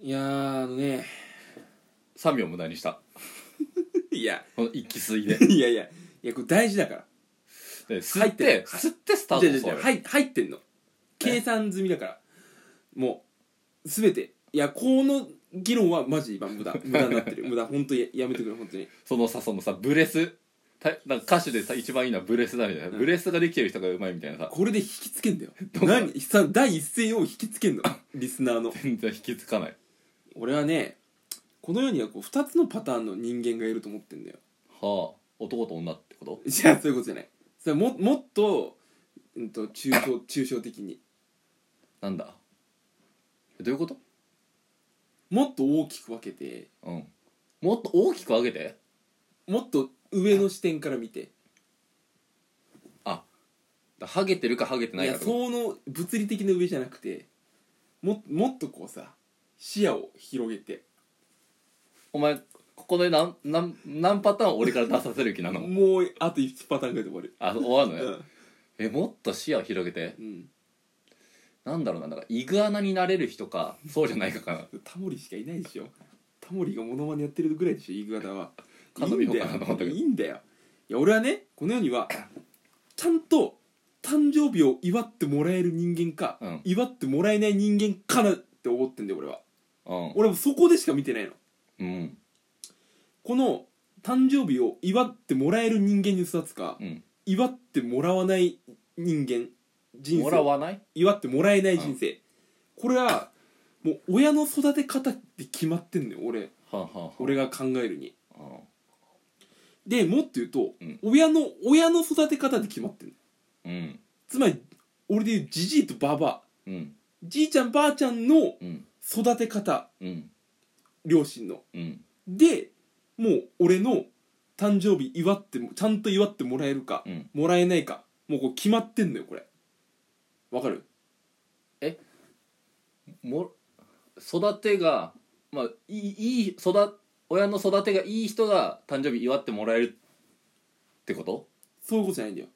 いやーあのね3秒無駄にしたいやこの一気吸 いでいやいやいやこれ大事だからで吸って吸ってスターじゃトじゃそうよ入入ってんの計算済みだからもう全ていやこの議論はマジ今無駄無駄になって る無駄本当ややめてくれ本当にそのさそのさブレスたなんか歌手でさ一番いいのはブレスだみたいな、ブレスができてる人がうまいみたいなさこれで引きつけんだよどうだ何さ第一声を引きつけんのリスナーの全然引きつかない俺はねこの世にはこう2つのパターンの人間がいると思ってんだよはあ男と女ってことじゃあそういうことじゃないそれももっと,、うん、と抽象抽象的になんだどういうこともっと大きく分けてうんもっと大きく上げてもっと上の視点から見てあだハゲてるかハゲていないかやってことその物理的な上じゃなくてももっとこうさ視野を広げてお前ここで何何何パターン俺から出させる気なのもうあと1パターンぐらいで終わるあ終わるうのよん、えもっと視野を広げてうん、なんだろうなだからイグアナになれる人かそうじゃないかかなタモリしかいないでしょタモリがモノマネやってるぐらいでしょイグアナはカいズいミんホだかよなと思ったけどいいんだよいや俺はねこの世にはちゃんと誕生日を祝ってもらえる人間か、うん祝ってもらえない人間かなって思ってんだよ俺はうん俺もそこでしか見てないのうんこの誕生日を祝ってもらえる人間に育つか、うん祝ってもらわない人間人もら生わない祝ってもらえない人生、これはもう親の育て方って決まってんのよ俺はあ、はあはあ、俺が考えるにうんでもっと言うと、うん親の親の育て方で決まってんのうんつまり俺で言うじじいとばばあうんじいちゃんばあちゃんのうん育て方うん両親のうんでもう俺の誕生日祝ってもちゃんと祝ってもらえるか、うんもらえないかもうこう決まってんのよこれわかるも育てがまあいいいい育親の育てがいい人が誕生日祝ってもらえるってことそういうことじゃないんだよ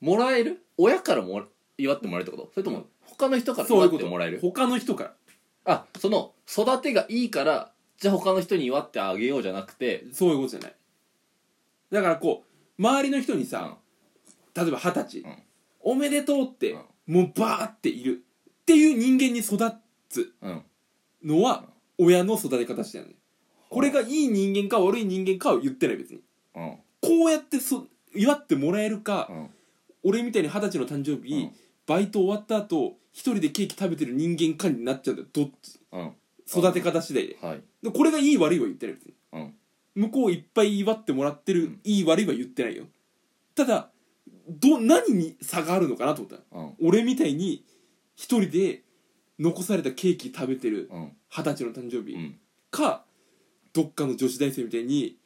もらえる親からもら祝ってもらえるってことそれとも他の人からそうい祝うっことてもらえる他の人からあその育てがいいからじゃあ他の人に祝ってあげようじゃなくてそういうことじゃないだからこう周りの人にさ、例えば二十歳、うんおめでとうって、うんもうバーっているっていう人間に育つうんうんのは親の育て方してないこれがいい人間か悪い人間かを言ってない別にうんこうやってそ祝ってもらえるか、うん俺みたいに二十歳の誕生日、うんバイト終わった後一人でケーキ食べてる人間かになっちゃうんだよどっちうん育て方次第ではいでこれがいい悪いは言ってない別にうん向こういっぱい祝ってもらってる、うんいい悪いは言ってないよただど何に差があるのかなと思ったのうん俺みたいに一人で残されたケーキ食べてるうん二十歳の誕生日、うんかどっかの女子大生みたいに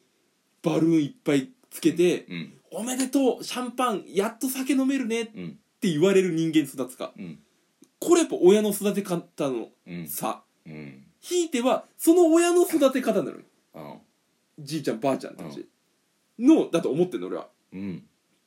バルーンいっぱいつけてうん「おめでとうシャンパンやっと酒飲めるね」っうんて言われる人間育つかうんこれやっぱ親の育て方のうん差うんひいてはその親の育て方なのようんじいちゃんばあちゃんたちのだと思ってんの俺はうん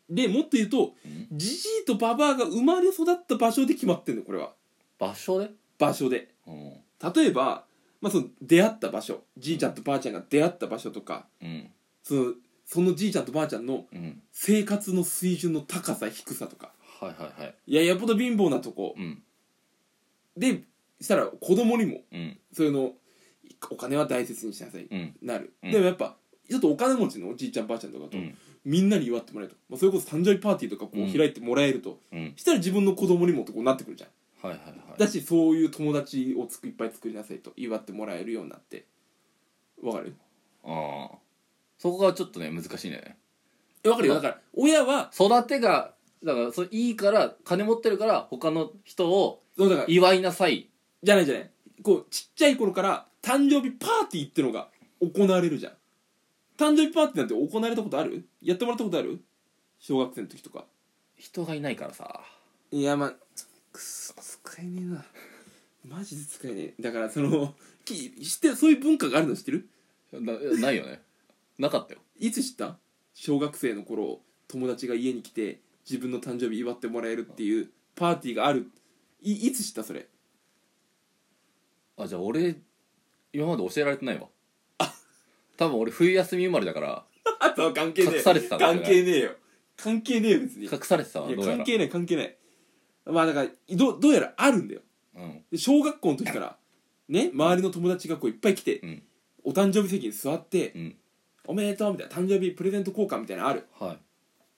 でもっと言うとうんじじいとばばあが生まれ育った場所で決まってんのこれは場所で場所でうん例えば、まあ、その出会った場所じいちゃんとばあちゃんが出会った場所とかうんそのそのじいちゃんとばあちゃんのうん生活の水準の高さ低さとかはいはいはいいややっぽど貧乏なとこうんでしたら子供にもうんそういうのお金は大切にしなさいうんなる、うんでもやっぱちょっとお金持ちのおじいちゃんばあちゃんとかと、うんみんなに祝ってもらえると、まあ、それこそ誕生日パーティーとかこうんう開いてもらえると、うんしたら自分の子供にもとこうなってくるじゃんはいはいはいだしそういう友達をつくいっぱい作りなさいと祝ってもらえるようになってわかるああそこがちょっとね難しいねえわかるよだから親は育てがだからそれいいから金持ってるから他の人をそうだから祝いなさいじゃないじゃないこうちっちゃい頃から誕生日パーティーってのが行われるじゃん誕生日パーティーなんて行われたことあるやってもらったことある小学生の時とか人がいないからさいやまあくそ使えねえなマジで使えねえだからそのき知ってるそういう文化があるの知ってるなないよねなかったよいつ知った小学生の頃友達が家に来て自分の誕生日祝ってもらえるっていうパーティーがあるいいつ知ったそれあじゃあ俺今まで教えられてないわ多分俺冬休み生まれだから あとは関係ねえ隠されてたんだよね関係ねえよ関係ねえよ別にいや隠されてたわどうやら関係ない関係ないまあだからどどうやらあるんだようんで小学校の時からね周りの友達がこういっぱい来て、うんお誕生日席に座ってう、んおめでとうみたいな誕生日プレゼント交換みたいなのあるはいっ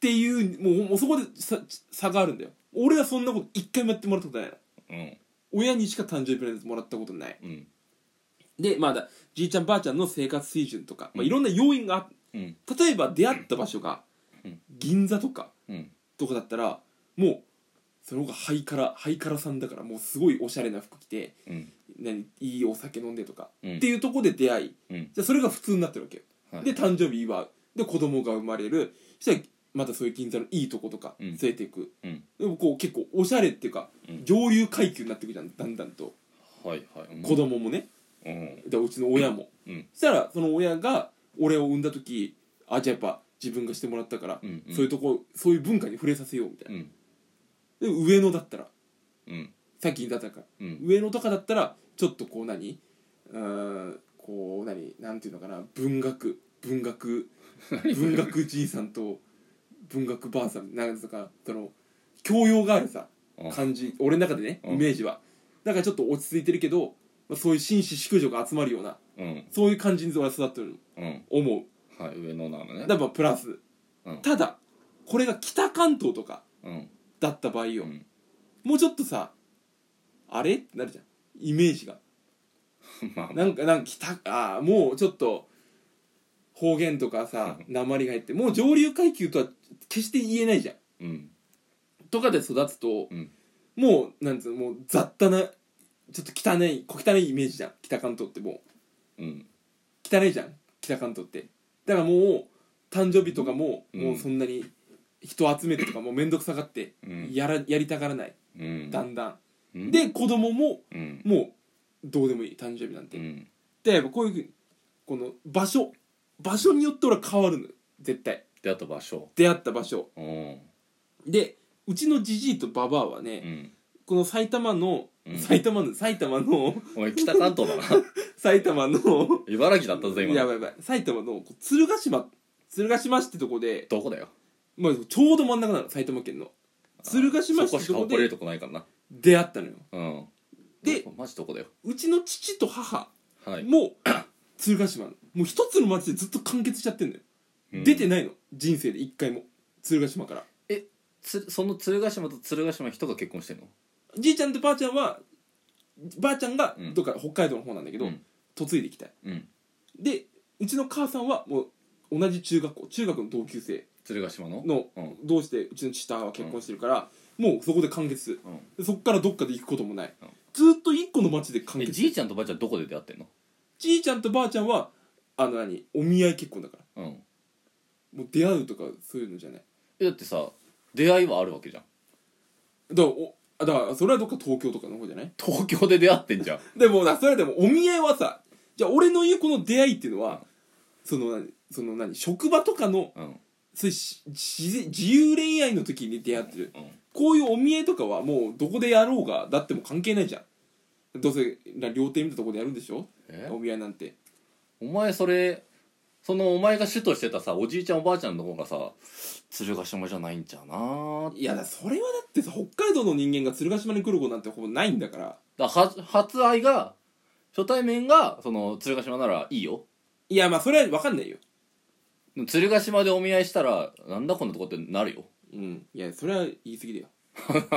ていうもうもうそこでさ差があるんだよ俺はそんなこと一回もやってもらったことないのうん親にしか誕生日プレゼントもらったことないうんでまあだじいちゃんばあちゃんの生活水準とか、まあ、うんいろんな要因があうん例えば出会った場所がうん銀座とかうんとかだったらもうその方がハイカラハイカラさんだからもうすごいおしゃれな服着てうん何いいお酒飲んでとか、うんっていうとこで出会いうんじゃあそれが普通になってるわけよ、はいで誕生日祝うで子供が生まれるそしたらまたそういう銀座のいいとことかうん連れていく、うんでもこう結構おしゃれっていうか、うん上流階級になってくじゃんだんだんとはいはい子供もねうんでうちの親も、うんそしたらその親が俺を産んだ時あじゃあやっぱ自分がしてもらったから、うんうんそういうとこそういう文化に触れさせようみたいな、うんで上野だったらうんさっき言ったから、うん上野とかだったらちょっとこう何うーんこう何なんていうのかな文学文 学文学じいさんと文学ばあさんなんとかその教養があるさうん感じ俺の中でねうんイメージはだからちょっと落ち着いてるけど、まあ、そういう紳士淑女が集まるようなうんそういう感じに俺は育ってるのうん思はい上のなうのねだからプラス、うんただこれが北関東とかうんだった場合よ、うんもうちょっとさあれってなるじゃんイメージがまあなんかなんか北あーもうちょっと方言とかさ鉛が入ってもう上流階級とは決して言えないじゃんうんとかで育つと、うんもうなんつうのもう雑多なちょっと汚い小汚いイメージじゃん北関東ってもううん汚いじゃん北関東ってだからもう誕生日とかも、うんもうそんなに人集めてとかもう面倒くさがってうんやらやりたがらないうんだんだん、うんで子供もうんもうどうでもいい誕生日なんて、うんでやっぱこういうふうにこの場所場所によって俺は変わるのよ絶対であと場所出会った場所うんでうちのじじいとばばあはね、うんこの埼玉の、うん埼玉の埼玉のお前北関東だな埼玉の茨城だったぞ今やばいやばい埼玉のこう鶴ヶ島鶴ヶ島市ってとこでどこだよまあ、ちょうど真ん中なの埼玉県の鶴ヶ島市そっこてしかとこ誇れるでとこないからな出会ったのようんでどこマジどこだようちの父と母はいも鶴ヶ島のもう一つの町でずっと完結しちゃってんだよ、出ていないの人生で一回も鶴ヶ島からつその鶴ヶ島と鶴ヶ島の人が結婚してんのじいちゃんとばあちゃんはばあちゃんがうんどっか北海道の方なんだけど、うん嫁いできたいうんでうちの母さんはもう同じ中学校中学の同級生鶴ヶ島ののうん同士でうちの父と母は結婚してるから、もうそこで完結するうんでそっからどっかで行くこともない、うんずっと一個の町で完え結じいちゃんとばあちゃんどこで出会ってんのじいちゃんとばあちゃんはあの何お見合い結婚だからうんもう出会うとかそういうのじゃないえだってさ出会いはあるわけじゃんだからおあだからそれはどっか東京とかの方じゃない東京で出会ってんじゃんでもなそれはでもお見合いはさじゃあ俺の家この出会いっていうのは、うんその何その何職場とかのうんそういうし自自由恋愛の時に出会ってるうんこういうお見合いとかはもうどこでやろうがだってもう関係ないじゃんどうせな料亭見たとこでやるんでしょえお見合いなんてお前それそのお前が主としてたさおじいちゃんおばあちゃんの方がさ鶴ヶ島じゃないんちゃうなーいやだそれはだってさ北海道の人間が鶴ヶ島に来ることなんてほぼないんだからだからは初愛が初対面がその鶴ヶ島ならいいよいやまあそれは分かんないよでも鶴ヶ島でお見合いしたらなんだこんなとこってなるようんいやそれは言い過ぎだ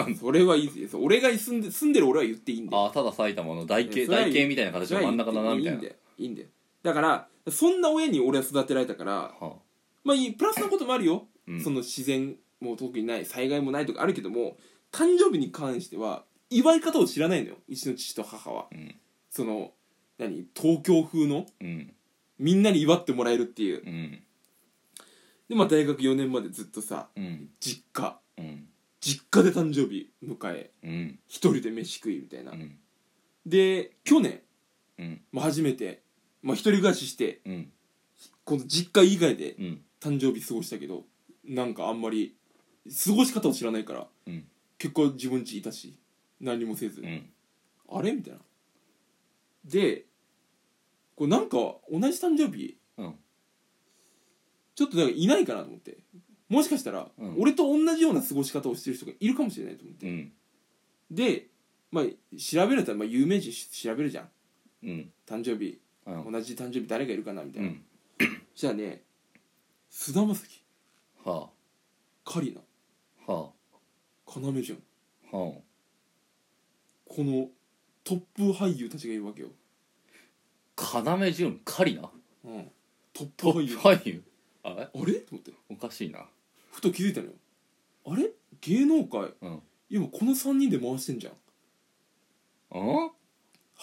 よそれは言い過ぎです俺が住んで住んでる俺は言っていいんだよああただ埼玉のい台形やそれは台形みたいな形そのれは真言ってん中だなみたいいいんなだよいいんだよだからそんな親に俺は育てられたからはまあいいプラスのこともあるよ、うんその自然も特にない災害もないとかあるけども誕生日に関しては祝い方を知らないのようちの父と母はあうんその何東京風のうんみんなに祝ってもらえるっていううんでまあ大学4年までずっとさうん実家うん実家で誕生日迎えうん一人で飯食いみたいな、うんで去年、うんまあ、初めて、まあ、一人暮らししてうんこの実家以外でうん誕生日過ごしたけどなんかあんまり過ごし方を知らないからうん結構自分家いたし何もせず、うんあれみたいなでこうなんか同じ誕生日うんちょっとなんかいないかなと思ってもしかしたら、うん俺と同じような過ごし方をしてる人がいるかもしれないと思って、うんで、まあ、調べると、まあ、有名人し調べるじゃんうん誕生日うん同じ誕生日誰がいるかなみたいうな、んじゃあね菅田将暉はカリナあは要潤あはあこのトップ俳優たちがいるわけよ、要潤カリナうん、トップト俳ッ優プ俳優あれあれと思っておかしいなふと気づいたのよあれ芸能界うん今この3人で回してんじゃんうんは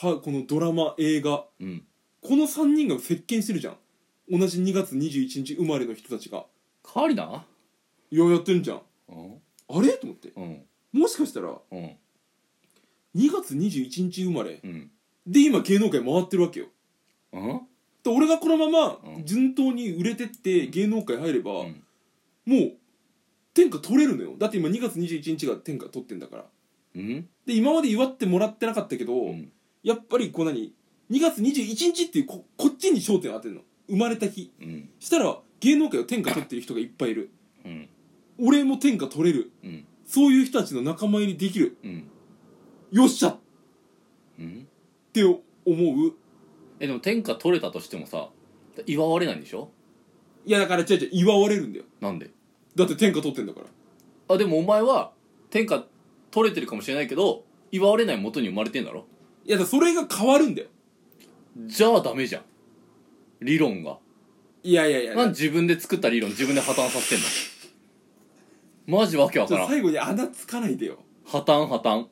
このドラマ映画うんこの3人が席巻してるじゃん同じ2月21日生まれの人たちがカリナいややってるじゃんうんあれと思ってうんもしかしたらうん2月21日生まれうんで今芸能界回ってるわけようんで俺がこのままうん順当に売れてってうん芸能界入れば、うんもう天下取れるのよだって今2月21日が天下取ってんだからうんで今まで祝ってもらってなかったけど、うんやっぱりこう何2月21日っていうここっちに焦点を当てるの生まれた日うんしたら芸能界を天下取ってる人がいっぱいいるうん俺も天下取れるうんそういう人たちの仲間入りできるうんよっしゃっうんて思うえでも天下取れたとしてもさ祝われないんでしょいやだから違う違う祝われるんだよなんでだって天下取ってんだからあでもお前は天下取れてるかもしれないけど祝われない元に生まれてんだろいやだからそれが変わるんだよじゃあダメじゃん理論がいやいやいやなんで自分で作った理論自分で破綻させてんのマジわけわち かょっらとん最破後に穴つかないでよ綻破綻